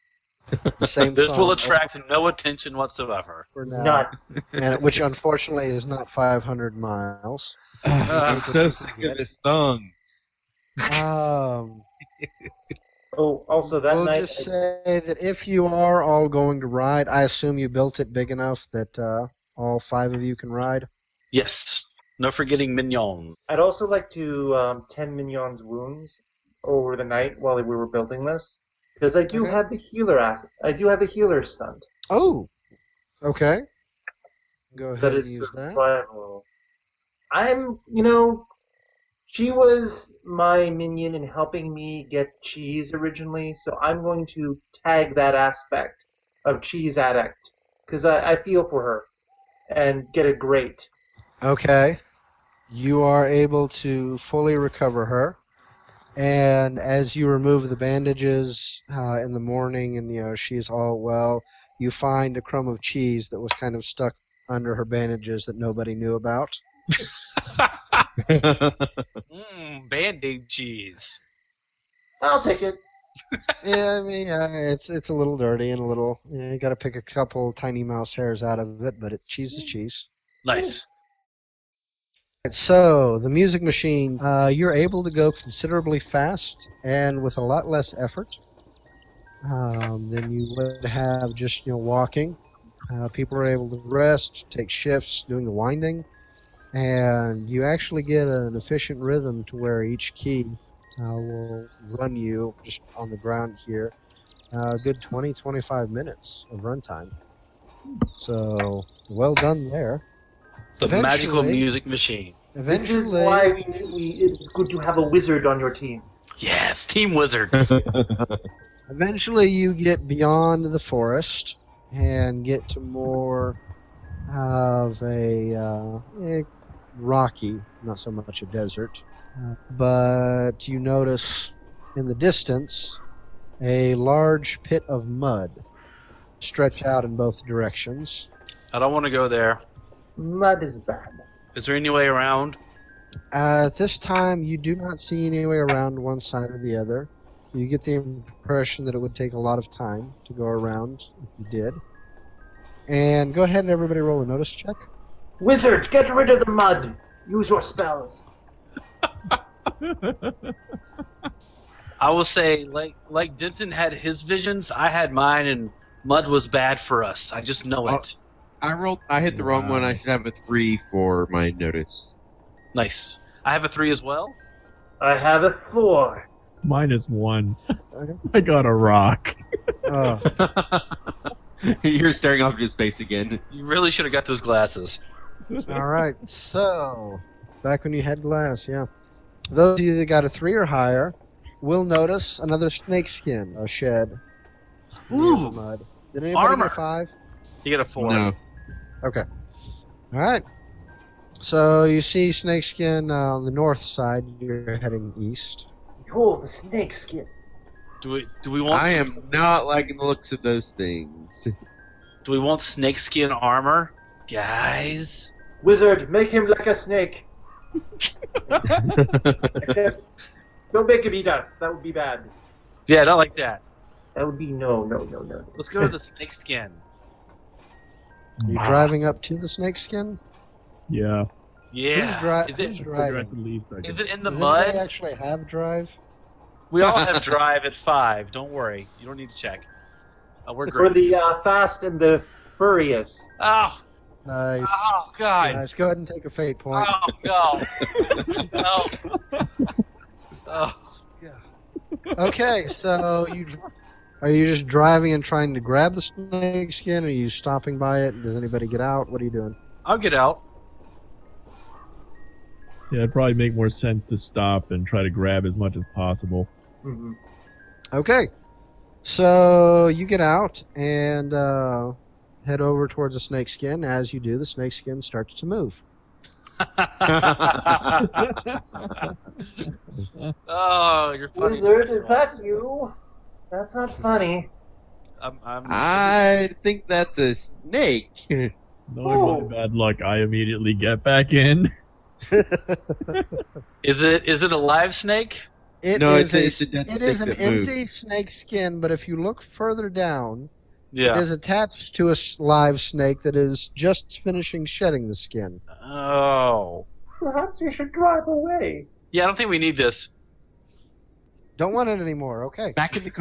Speaker 2: The same
Speaker 5: this will
Speaker 2: song
Speaker 5: attract no attention whatsoever.
Speaker 2: over now,
Speaker 4: Not
Speaker 2: and it- which unfortunately is not 500 miles.
Speaker 5: Ah.
Speaker 3: That's a good song.
Speaker 2: Um,
Speaker 4: oh also that
Speaker 2: we'll
Speaker 4: night
Speaker 2: just say that if you are all going to ride, I assume you built it big enough that uh, all five of you can ride.
Speaker 5: Yes. No forgetting Mignon.
Speaker 4: I'd also like to um, tend Mignon's wounds over the night while we were building this, because I do
Speaker 2: Okay.
Speaker 4: have the healer. Ass- I do have a healer stunt
Speaker 2: Oh. Okay. Go ahead
Speaker 4: that
Speaker 2: and
Speaker 4: is
Speaker 2: use that.
Speaker 4: survival. I'm, you know, she was my minion in helping me get cheese originally, so I'm going to tag that aspect of cheese addict because I, I feel for her and get a great.
Speaker 2: Okay. You are able to fully recover her. And as you remove the bandages uh, in the morning and you know she's all well, you find a crumb of cheese that was kind of stuck under her bandages that nobody knew about.
Speaker 5: Mmm, band-aid cheese.
Speaker 4: I'll take it.
Speaker 2: yeah, I mean, uh, it's it's a little dirty and a little. You, know, you got to pick a couple tiny mouse hairs out of it, but it cheese is cheese.
Speaker 5: Nice.
Speaker 2: So the music machine, uh, you're able to go considerably fast and with a lot less effort um, than you would have just you know walking. Uh, people are able to rest, take shifts, doing the winding, and you actually get an efficient rhythm to where each key uh, will run you just on the ground here uh, a good 20 25 minutes of runtime. So well done there.
Speaker 5: The magical
Speaker 2: Eventually-
Speaker 5: music machine.
Speaker 4: This is
Speaker 2: Eventually,
Speaker 4: why we, knew we it's good to have a wizard on your team.
Speaker 5: Yes, Team Wizard.
Speaker 2: eventually you get beyond the forest and get to more of a uh, eh, rocky, not so much a desert, uh, but you notice in the distance a large pit of mud stretched out in both directions.
Speaker 5: I don't want to go there.
Speaker 4: Mud is bad.
Speaker 5: Is there any way around?
Speaker 2: Uh, at this time, you do not see any way around one side or the other. You get the impression that it would take a lot of time to go around if you did. And go ahead and everybody roll a notice check.
Speaker 4: Wizard, get rid of the mud. Use your spells.
Speaker 5: I will say, like like Denton had his visions, I had mine, and mud was bad for us. I just know it.
Speaker 3: I rolled. I hit the wrong one. I should have a three for my notice.
Speaker 5: Nice. I have a three as well.
Speaker 4: I have a four.
Speaker 6: Minus one.
Speaker 2: Okay.
Speaker 6: I got a rock.
Speaker 2: Oh,
Speaker 3: You're staring off into space again.
Speaker 5: You really should have got those glasses.
Speaker 2: all right. So, back when you had glass, yeah. Those of you that got a three or higher will notice another snakeskin, a shed. near the
Speaker 5: Ooh,
Speaker 2: mud. Did anybody
Speaker 5: armor.
Speaker 2: get a five?
Speaker 5: you got a four.
Speaker 3: No.
Speaker 2: All right. So you see snakeskin uh, on the north side. You're heading east.
Speaker 4: Behold the snake skin.
Speaker 5: Do we do we want?
Speaker 3: I am
Speaker 5: some-
Speaker 3: not liking the looks of those things.
Speaker 5: Do we want snakeskin armor, guys?
Speaker 4: Wizard, make him like a snake. Except, Don't make him eat us. That would be bad.
Speaker 5: Yeah, not like that.
Speaker 4: That would be no, no, no, no.
Speaker 5: Let's go to the snakeskin.
Speaker 2: You're
Speaker 6: Ah.
Speaker 2: driving up to the snakeskin.
Speaker 6: Yeah.
Speaker 5: Yeah.
Speaker 2: Who's, dri-
Speaker 5: is
Speaker 2: who's
Speaker 5: it
Speaker 6: Right.
Speaker 2: driving?
Speaker 5: is it in the
Speaker 2: Does anybody
Speaker 5: mud?
Speaker 2: actually have drive?
Speaker 5: We all have drive at five. Don't worry. You don't need to check. Uh, we're
Speaker 4: For
Speaker 5: great.
Speaker 4: the uh, fast and the furious.
Speaker 5: Oh,
Speaker 2: Nice.
Speaker 5: oh God.
Speaker 2: Nice. Go ahead and take a fate point.
Speaker 5: Oh no. no. Oh.
Speaker 2: Okay, so you are you just driving and trying to grab the snakeskin? Are you stopping by it? Does anybody get out? What are you doing?
Speaker 5: I'll get out.
Speaker 6: Yeah, it'd probably make more sense to stop and try to grab as much as possible.
Speaker 4: hmm
Speaker 2: Okay, so you get out and uh, head over towards the snakeskin. As you do, the snakeskin starts to move.
Speaker 5: oh, you're funny.
Speaker 4: Wizard, is that you? That's not funny.
Speaker 5: I'm, I'm,
Speaker 3: I think that's a snake.
Speaker 6: Knowing
Speaker 4: Oh.
Speaker 6: my bad luck, I immediately get back in.
Speaker 5: is it is it a live snake?
Speaker 2: It
Speaker 3: No,
Speaker 2: is
Speaker 3: it's a- it's a
Speaker 2: a,
Speaker 3: dead
Speaker 2: it is an
Speaker 3: snake that moves.
Speaker 2: empty snake skin, but if you look further down, it
Speaker 5: Yeah.
Speaker 2: is attached to a s- live snake that is just finishing shedding the skin.
Speaker 5: Oh.
Speaker 4: Perhaps we should drive away.
Speaker 5: Yeah, I don't think we need this.
Speaker 2: Don't want it anymore. Okay.
Speaker 3: Back in the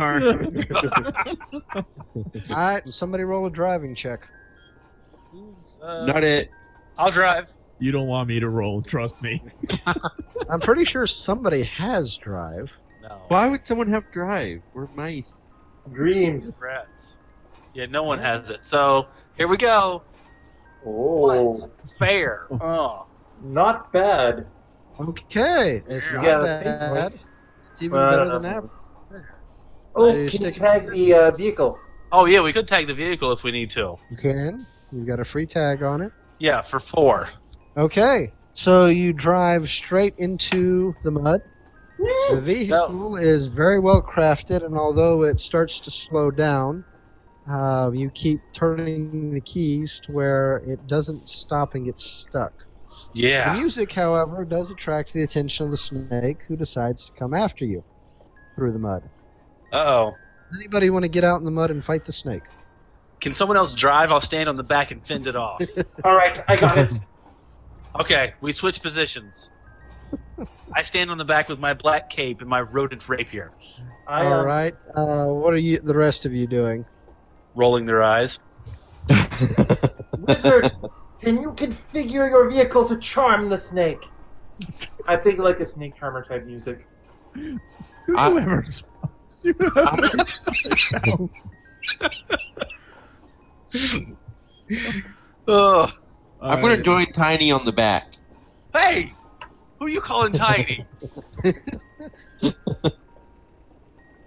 Speaker 3: car.
Speaker 2: All right. Somebody roll a driving check.
Speaker 5: Who's, uh,
Speaker 3: Not it.
Speaker 5: I'll drive.
Speaker 6: You don't want me to roll, trust me.
Speaker 2: I'm pretty sure somebody has drive.
Speaker 5: No.
Speaker 3: Why would someone have drive? We're mice.
Speaker 4: Dreams.
Speaker 5: Rats. Yeah, no one has it. So here we go.
Speaker 4: Oh,
Speaker 5: What? Fair. Oh.
Speaker 4: not bad.
Speaker 2: Okay. It's
Speaker 5: Yeah.
Speaker 2: not
Speaker 4: Yeah, the
Speaker 2: bad.
Speaker 4: pink one.
Speaker 2: It's even
Speaker 4: Well,
Speaker 2: better than
Speaker 4: uh,
Speaker 2: average.
Speaker 4: Oh,
Speaker 2: Are you
Speaker 4: can you
Speaker 2: sticking-
Speaker 4: tag the uh, vehicle?
Speaker 5: Oh yeah, we could tag the vehicle if we need to.
Speaker 2: You can. You've got a free tag on it.
Speaker 5: Yeah, for four.
Speaker 2: Okay. So you drive straight into the mud. The vehicle is very well crafted, and although it starts to slow down, uh, you keep turning the keys to where it doesn't stop and gets stuck. The
Speaker 5: Yeah.
Speaker 2: music, however, does attract the attention of the snake, who decides to come after you through the mud.
Speaker 5: Uh oh.
Speaker 2: Anybody want to get out in the mud and fight the snake?
Speaker 5: Can someone else drive? I'll stand on the back and fend it off.
Speaker 4: All right, I got it.
Speaker 5: Okay, we switch positions. I stand on the back with my black cape and my rodent rapier,
Speaker 4: I,
Speaker 2: All
Speaker 4: um,
Speaker 2: right. Uh, what are you, the rest of you, doing?
Speaker 5: rolling their eyes.
Speaker 4: Wizard, can you configure your vehicle to charm the snake? I think like a snake charmer type music.
Speaker 3: I-
Speaker 6: Whoever's.
Speaker 5: Ugh.
Speaker 3: I'm gonna join Tiny on the back.
Speaker 5: Hey, Who are you calling tiny?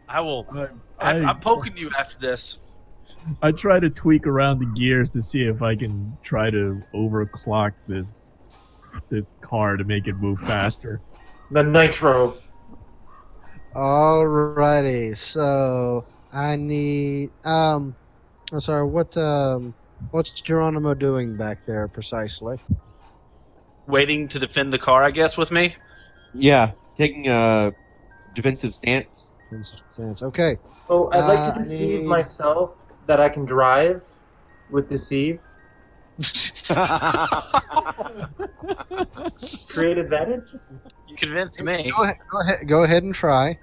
Speaker 5: I will.
Speaker 6: I,
Speaker 5: I,
Speaker 6: I-
Speaker 5: I'm poking you after this.
Speaker 6: I try to tweak around the gears to see if I can try to overclock this this car to make it move faster.
Speaker 4: The nitro.
Speaker 2: Alrighty, so I need um I'm sorry, what um what's Geronimo doing back there precisely?
Speaker 5: Waiting to defend the car, I guess, with me.
Speaker 3: Yeah, taking a defensive stance.
Speaker 2: Okay.
Speaker 4: Oh, I'd like
Speaker 2: Uh, I
Speaker 4: to deceive
Speaker 2: need-
Speaker 4: myself that I can drive with deceive. Create advantage.
Speaker 5: You convinced me.
Speaker 2: Go ahead, go ahead go ahead and try.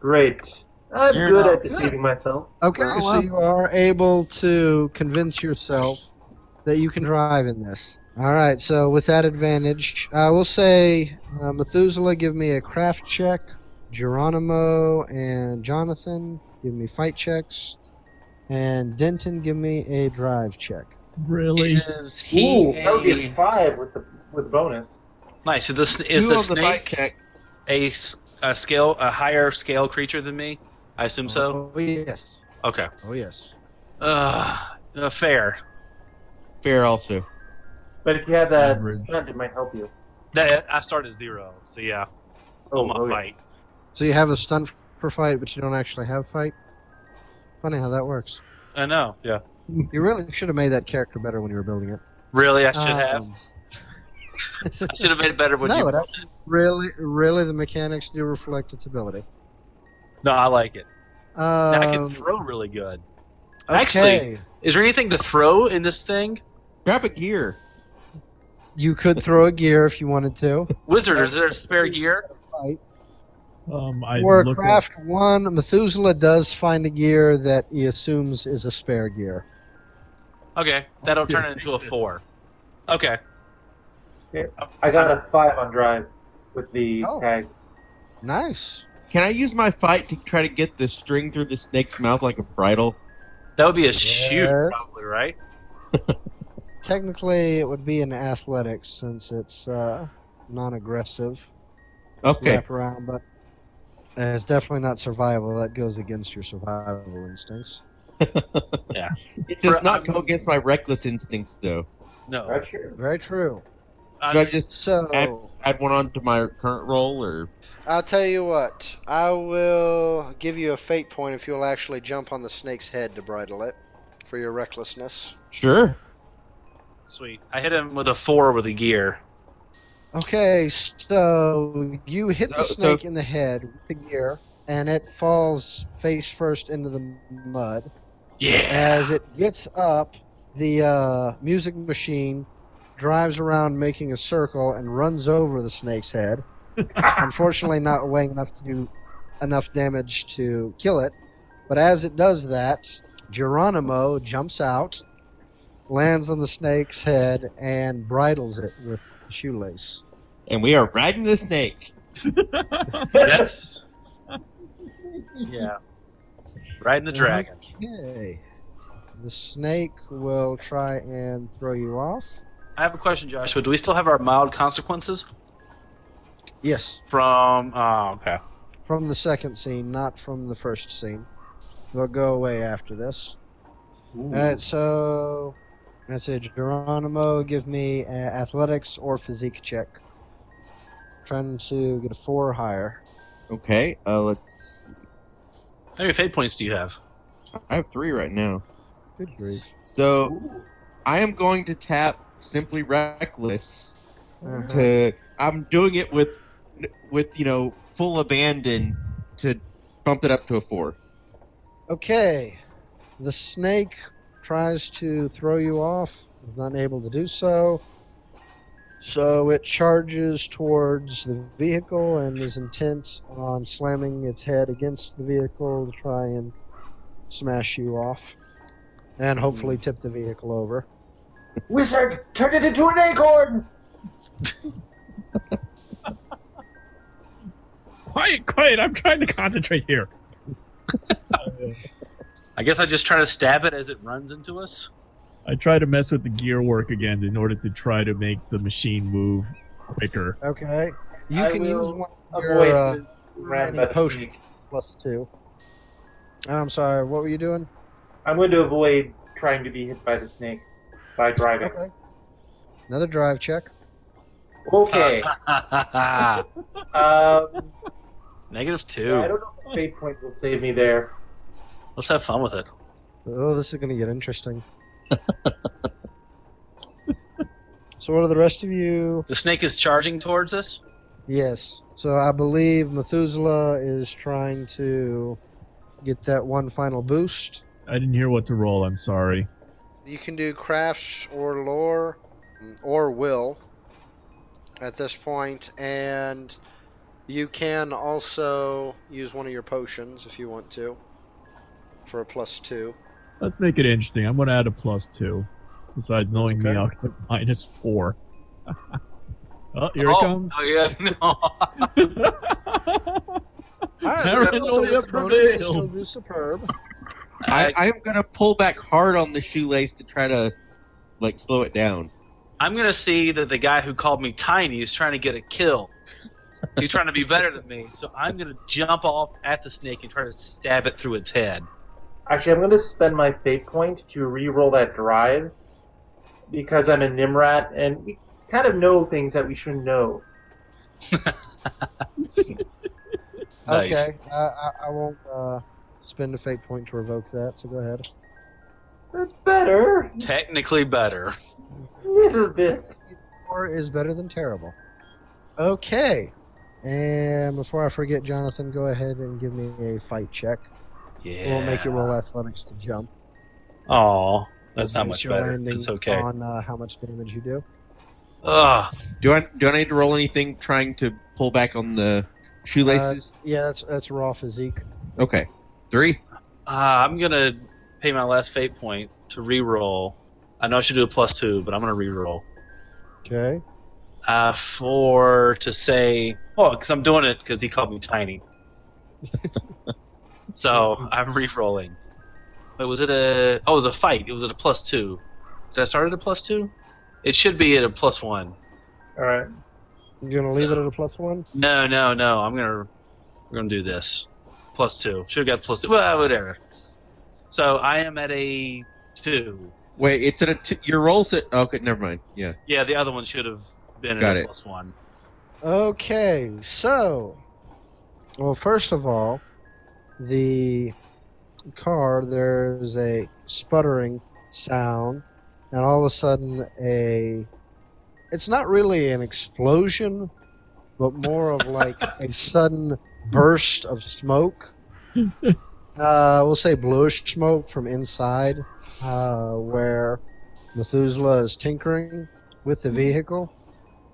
Speaker 4: Great. I'm
Speaker 3: You're
Speaker 4: good
Speaker 3: not
Speaker 4: at deceiving myself.
Speaker 2: Okay,
Speaker 3: Well,
Speaker 2: so
Speaker 3: um,
Speaker 2: you are able to convince yourself that you can drive in this. All right, so with that advantage, I will say uh, Methuselah, give me a craft check. Geronimo and Jonathan, give me fight checks. And Denton, give me a drive check.
Speaker 6: Really?
Speaker 5: Is he
Speaker 4: Ooh, that would be a
Speaker 5: a-
Speaker 4: five with the with bonus.
Speaker 5: nice? So this is
Speaker 3: You
Speaker 5: the
Speaker 3: have the bike
Speaker 5: snake
Speaker 3: check.
Speaker 5: a, s- a scale a higher scale creature than me? I assume so.
Speaker 2: Oh, yes.
Speaker 5: Okay.
Speaker 2: Oh, yes.
Speaker 5: Uh, uh, fair.
Speaker 3: Fair also.
Speaker 4: But if you had that
Speaker 6: Average.
Speaker 4: stunt, it might help you.
Speaker 5: That I started at zero, so yeah. Oh my
Speaker 4: oh, yeah.
Speaker 5: fight.
Speaker 2: So you have a stunt for fight, but you don't actually have fight? Funny how that works.
Speaker 5: I know. Yeah.
Speaker 2: You really should have made that character better when you were building it.
Speaker 5: Really, I should have.
Speaker 2: Um,
Speaker 5: I should have made it better when
Speaker 2: no,
Speaker 5: you.
Speaker 2: it actually- really, really, the mechanics do reflect its ability.
Speaker 5: No, I like it.
Speaker 2: Um,
Speaker 5: Now I can throw really good.
Speaker 2: okay.
Speaker 5: Actually- Is there anything to throw in this thing?
Speaker 3: Grab a gear.
Speaker 2: you could throw a gear if you wanted to.
Speaker 5: Wizard, is there a spare gear?
Speaker 6: Um, I
Speaker 2: or
Speaker 6: look at,
Speaker 2: craft one, Methuselah does find a gear that he assumes is a spare gear.
Speaker 5: Okay, that'll turn it into a four. Okay.
Speaker 4: I got a five on drive with the
Speaker 2: Oh.
Speaker 4: tag.
Speaker 2: Nice.
Speaker 3: Can I use my fight to try to get the string through the snake's mouth like a bridle?
Speaker 5: That would be a shoot,
Speaker 2: Yes.
Speaker 5: probably, right?
Speaker 2: Technically, it would be an athletics since it's uh, non-aggressive
Speaker 3: Okay.
Speaker 2: wrap around, but uh, it's definitely not survival. That goes against your survival instincts.
Speaker 3: It does
Speaker 5: For-
Speaker 3: not go against my reckless instincts though.
Speaker 5: No.
Speaker 4: Right sure.
Speaker 2: Very true.
Speaker 5: I
Speaker 3: Should I
Speaker 5: mean,
Speaker 3: just
Speaker 2: So.
Speaker 3: add one onto my current roll or
Speaker 2: I'll tell you what. I will give you a fate point if you'll actually jump on the snake's head to bridle it for your recklessness.
Speaker 3: Sure.
Speaker 5: sweet. I hit him with a four with a gear.
Speaker 2: Okay, so you hit the
Speaker 3: So- so-
Speaker 2: snake in the head with the gear, and it falls face first into the mud.
Speaker 5: Yeah.
Speaker 2: As it gets up, the uh, music machine drives around making a circle and runs over the snake's head. Unfortunately, not weighing enough to do enough damage to kill it. But as it does that, Geronimo jumps out, lands on the snake's head, and bridles it with a shoelace.
Speaker 3: And we are riding the snake.
Speaker 5: yes. Yeah. Riding the dragon.
Speaker 2: Okay. The snake will try and throw you off.
Speaker 5: I have a question, Joshua. Do we still have our mild consequences
Speaker 2: Yes.
Speaker 5: from? Oh, okay.
Speaker 2: from the second scene, not from the first scene. They'll go away after this. Alright, so that's it. Geronimo, give me uh, athletics or physique check. Trying to get a four or higher.
Speaker 3: Okay, uh let's
Speaker 5: How many fate points do you have?
Speaker 3: I have three right now.
Speaker 2: Good
Speaker 3: So I am going to tap simply reckless
Speaker 2: Uh-huh.
Speaker 3: to I'm doing it with with you know full abandon to bump it up to a four.
Speaker 2: Okay, the snake tries to throw you off, is not able to do so. So it charges towards the vehicle and is intent on slamming its head against the vehicle to try and smash you off and hopefully
Speaker 4: Hmm.
Speaker 2: tip the vehicle over.
Speaker 4: Wizard, turn it into an acorn.
Speaker 6: quiet, quiet! I'm trying to concentrate here.
Speaker 5: I guess I just try to stab it as it runs into us.
Speaker 6: I try to mess with the gear work again in order to try to make the machine move quicker.
Speaker 2: Okay, You
Speaker 4: I
Speaker 2: can use
Speaker 4: will
Speaker 2: one of
Speaker 4: Avoid
Speaker 2: your uh,
Speaker 4: the round
Speaker 2: any
Speaker 4: by the
Speaker 2: potion.
Speaker 4: sneak.
Speaker 2: plus two. And I'm sorry, what were you doing?
Speaker 4: I'm going to avoid trying to be hit by the snake by driving.
Speaker 2: Okay. Another drive check.
Speaker 4: Okay. um,
Speaker 5: Negative
Speaker 4: I
Speaker 5: two.
Speaker 4: don't know if fate point will save me there.
Speaker 5: Let's have fun with it.
Speaker 2: Oh, this is going to get interesting. so, what are the rest of you?
Speaker 5: The snake is charging towards us.
Speaker 2: Yes. So, I believe Methuselah is trying to get that one final boost.
Speaker 6: I didn't hear what to roll. I'm sorry.
Speaker 2: You can do crafts or lore or will at this point, and you can also use one of your potions if you want to for a plus two.
Speaker 6: Let's make it interesting. I'm going to add a plus two. Besides knowing me,
Speaker 2: okay.
Speaker 6: I'll get minus four. oh, here
Speaker 5: oh,
Speaker 6: it comes.
Speaker 5: Oh, yeah, no.
Speaker 6: Paranoia prevails.
Speaker 2: superb.
Speaker 5: I,
Speaker 3: I, I'm gonna pull back hard on the shoelace to try to like slow it down.
Speaker 5: I'm gonna see that the guy who called me tiny is trying to get a kill. He's trying to be better than me, so I'm gonna jump off at the snake and try to stab it through its head.
Speaker 4: Actually, I'm going to spend my fate point to re-roll that drive because I'm a Nimrat and we kind of know things that we shouldn't know.
Speaker 5: Nice.
Speaker 2: Okay, I, I, I won't uh, spend a fate point to revoke that, so go ahead.
Speaker 4: That's better.
Speaker 5: Technically better.
Speaker 4: little bit.
Speaker 2: Or is better than terrible. Okay, and before I forget, Jonathan, go ahead and give me a fight check.
Speaker 5: Yeah.
Speaker 2: We'll make you roll athletics to jump.
Speaker 5: Aw, that's not
Speaker 2: Base
Speaker 5: much
Speaker 2: your
Speaker 5: better.
Speaker 2: landing
Speaker 5: It's okay.
Speaker 2: On uh, how much damage you do.
Speaker 5: Ugh.
Speaker 3: Do I do I need to roll anything trying to pull back on the shoelaces?
Speaker 2: Uh, Yeah, that's that's raw physique.
Speaker 3: okay, three.
Speaker 5: Uh, I'm gonna pay my last fate point to re-roll. I know I should do a plus two, but I'm gonna re-roll.
Speaker 2: Okay.
Speaker 5: Uh, for to say, oh, because I'm doing it because he called me tiny. so I'm re-rolling. Wait, was it a? Oh, it was a fight. It was at a plus two. Did I start at a plus two? It should be at a plus one.
Speaker 4: All right.
Speaker 2: You're gonna leave it at a plus one.
Speaker 5: No, no, no. I'm gonna we're gonna do this. Plus two. Should have got plus two. Well, whatever. So I am at a two.
Speaker 3: Wait, it's at a two, your rolls at okay. Never mind. Yeah,
Speaker 5: Yeah, the other one should have been
Speaker 3: Got
Speaker 5: at a
Speaker 3: it.
Speaker 5: plus one.
Speaker 2: Okay. So, well, first of all, the car there's a sputtering sound, and all of a sudden a. It's not really an explosion, but more of like a sudden burst of smoke. Uh, we'll say bluish smoke from inside, uh, where Methuselah is tinkering with the vehicle.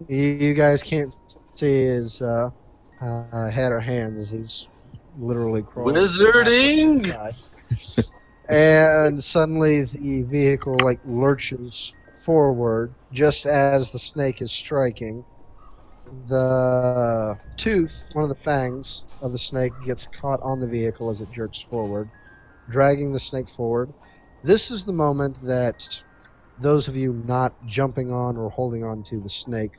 Speaker 2: You, you guys can't see his uh, uh, head or hands as he's literally crawling.
Speaker 5: Wizarding.
Speaker 2: and suddenly the vehicle like lurches forward just as the snake is striking. The tooth, one of the fangs of the snake, gets caught on the vehicle as it jerks forward, dragging the snake forward. This is the moment that those of you not jumping on or holding on to the snake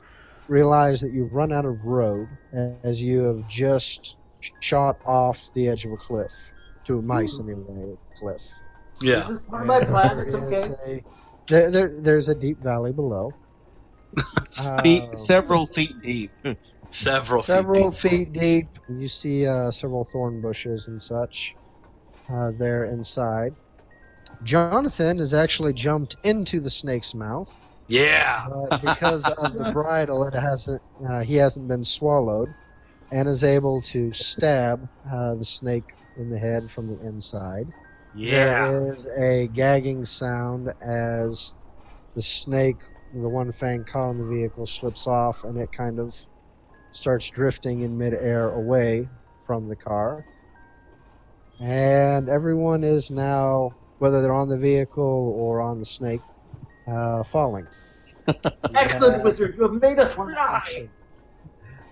Speaker 2: realize that you've run out of road as you have just shot off the edge of a cliff to a mice
Speaker 4: Hmm.
Speaker 2: simulated cliff.
Speaker 5: Yeah.
Speaker 4: This is part of my plan. It's
Speaker 2: There
Speaker 4: okay.
Speaker 2: is a- there, there, there's a deep valley below.
Speaker 3: feet,
Speaker 2: Um,
Speaker 3: several feet deep.
Speaker 5: Several.
Speaker 2: several
Speaker 5: feet.
Speaker 2: feet deep. You see uh, several thorn bushes and such uh, there inside. Jonathan has actually jumped into the snake's mouth,
Speaker 5: Yeah.
Speaker 2: but Uh, because of the bridle, it hasn't. Uh, he hasn't been swallowed, and is able to stab uh, the snake in the head from the inside.
Speaker 5: Yeah.
Speaker 2: There is a gagging sound as the snake, the one fang caught on the vehicle, slips off and it kind of starts drifting in midair away from the car. And everyone is now, whether they're on the vehicle or on the snake, uh, falling.
Speaker 4: Excellent,
Speaker 2: Yeah.
Speaker 4: wizard. You have made us
Speaker 2: One
Speaker 4: fly.
Speaker 2: action.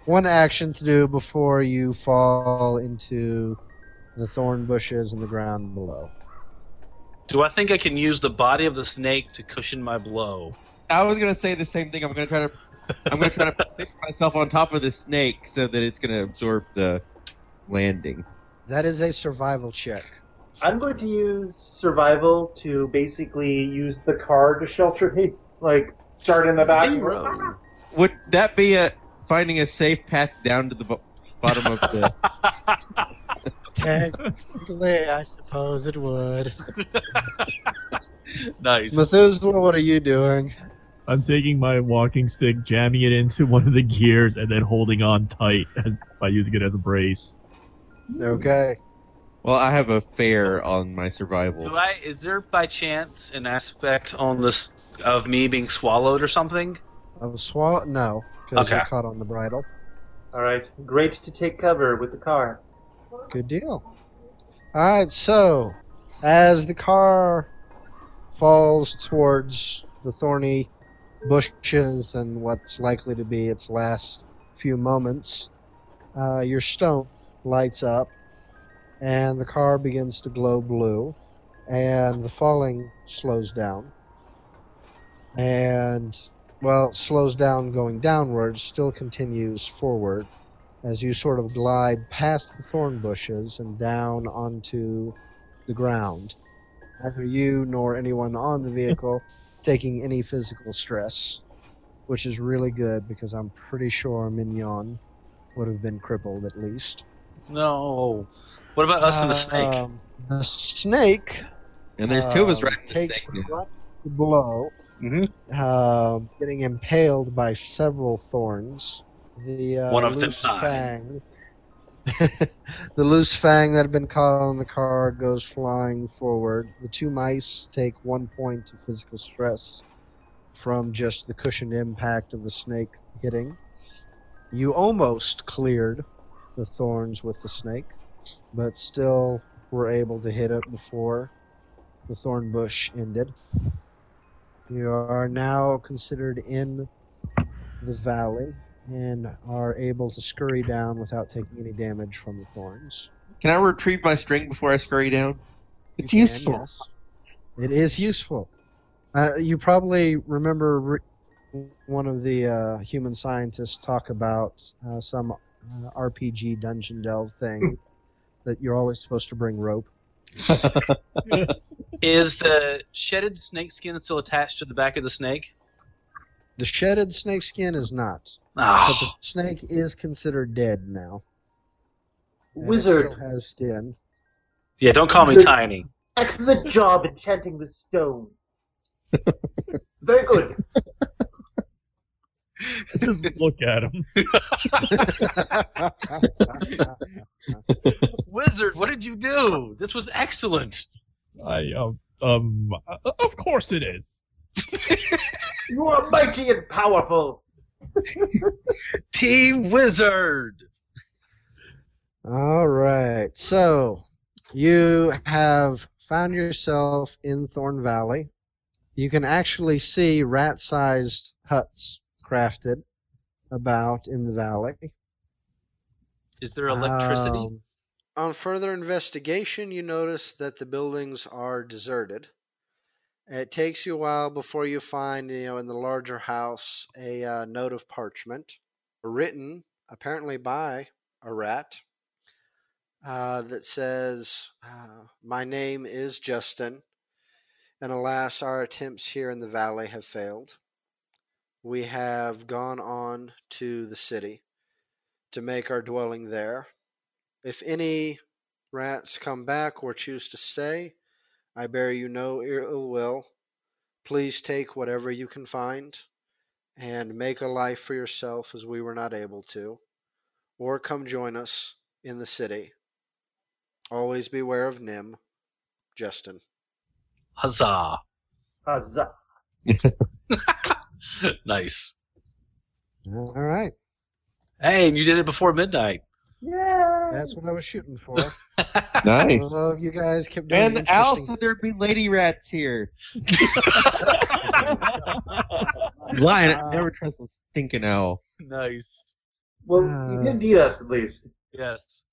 Speaker 2: One action to do before you fall into the thorn bushes and the ground below.
Speaker 5: Do I think I can use the body of the snake to cushion my blow?
Speaker 3: I was gonna say the same thing. I'm gonna try to I'm going to try to picture myself on top of the snake so that it's going to absorb the landing.
Speaker 2: That is a survival check.
Speaker 4: I'm going to use survival to basically use the car to shelter me. Like, start in the back.
Speaker 3: Zero. Would that be a finding a safe path down to the bo- bottom of the?
Speaker 7: Technically, I suppose it would.
Speaker 5: nice.
Speaker 2: Methuselah, what are you doing?
Speaker 6: I'm taking my walking stick, jamming it into one of the gears, and then holding on tight as, by using it as a brace.
Speaker 2: Okay.
Speaker 3: well, I have a fair on my
Speaker 5: Do
Speaker 3: survival.
Speaker 5: I? Is there by chance an aspect on this of me being swallowed or something?
Speaker 2: I was swallow. No, because I
Speaker 5: Okay.
Speaker 2: caught on the bridle.
Speaker 4: All right, great to take cover with the car.
Speaker 2: Good deal. All right, so as the car falls towards the thorny bushes and what's likely to be its last few moments, uh, your stone lights up and the car begins to glow blue and the falling slows down. And, well, it slows down going downwards, still continues forward as you sort of glide past the thorn bushes and down onto the ground. Neither you nor anyone on the vehicle taking any physical stress, which is really good because I'm pretty sure Mignon would have been crippled at least.
Speaker 5: No. Uh, What about us and the snake?
Speaker 2: Um, the snake.
Speaker 3: And there's two of us
Speaker 2: um,
Speaker 3: riding the
Speaker 2: takes
Speaker 3: snake. now.
Speaker 2: the blow,
Speaker 3: Mhm.
Speaker 2: um, getting impaled by several thorns. The uh,
Speaker 5: One of them
Speaker 2: loose
Speaker 5: mine.
Speaker 2: fang, the loose fang that had been caught on the car goes flying forward. The two mice take one point of physical stress from just the cushioned impact of the snake hitting. You almost cleared the thorns with the snake, but still were able to hit it before the thorn bush ended. You are now considered in the valley and are able to scurry down without taking any damage from the thorns.
Speaker 3: Can I retrieve my string before I scurry down?
Speaker 2: You
Speaker 3: It's
Speaker 2: can,
Speaker 3: useful.
Speaker 2: yes. It is useful. Uh, you probably remember re- one of the uh, human scientists talk about uh, some uh, RPG dungeon delve
Speaker 3: Hmm.
Speaker 2: thing that you're always supposed to bring rope.
Speaker 5: Is the shedded snake skin still attached to the back of the snake?
Speaker 2: The shedded snake skin is not, but the
Speaker 3: Ah.
Speaker 5: Oh,
Speaker 2: snake is considered dead now. and it
Speaker 4: Wizard,
Speaker 2: still has skin.
Speaker 5: yeah. Don't call me
Speaker 4: the-
Speaker 5: tiny.
Speaker 4: excellent job enchanting the stone. Very good.
Speaker 6: Just look at him.
Speaker 5: Wizard, what did you do? This was excellent.
Speaker 6: I um, um uh, of course it is.
Speaker 4: You are mighty and powerful.
Speaker 5: Team Wizard.
Speaker 2: All right. So you have found yourself in Thorn Valley. You can actually see rat sized huts crafted about in the valley.
Speaker 5: Is there electricity?
Speaker 2: Um, on further investigation, you notice that the buildings are deserted. It takes you a while before you find, you know, in the larger house, a uh, note of parchment written apparently by a rat uh, that says, uh, My name is Justin, and alas, our attempts here in the valley have failed. We have gone on to the city to make our dwelling there. If any rats come back or choose to stay, I bear you no ill will. Please take whatever you can find and make a life for yourself as we were not able to, or come join us in the city. Always beware of Nim, Justin.
Speaker 5: Huzzah!
Speaker 4: Huzzah.
Speaker 5: nice.
Speaker 2: All right.
Speaker 5: Hey, and you did it before midnight.
Speaker 4: Yeah.
Speaker 2: That's what I was shooting for.
Speaker 3: Nice.
Speaker 2: Although you guys kept doing
Speaker 3: And Al
Speaker 2: interesting-
Speaker 3: said there'd be lady rats here. Lion, I never trust a stinking owl.
Speaker 5: nice.
Speaker 4: well,
Speaker 2: Ah.
Speaker 4: you did beat us at least.
Speaker 5: Yes.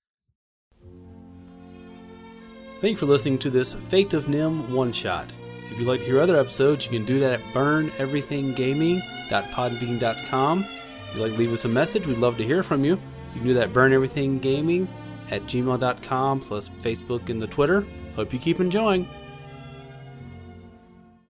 Speaker 1: Thank you for listening to this Fate of Nim one shot. If you'd like to hear other episodes, you can do that at burneverythinggaming.podbean.com. If you'd like to leave us a message, we'd love to hear from you. You can do that at burneverythinggaming at gmail.com plus Facebook and the Twitter. Hope you keep enjoying.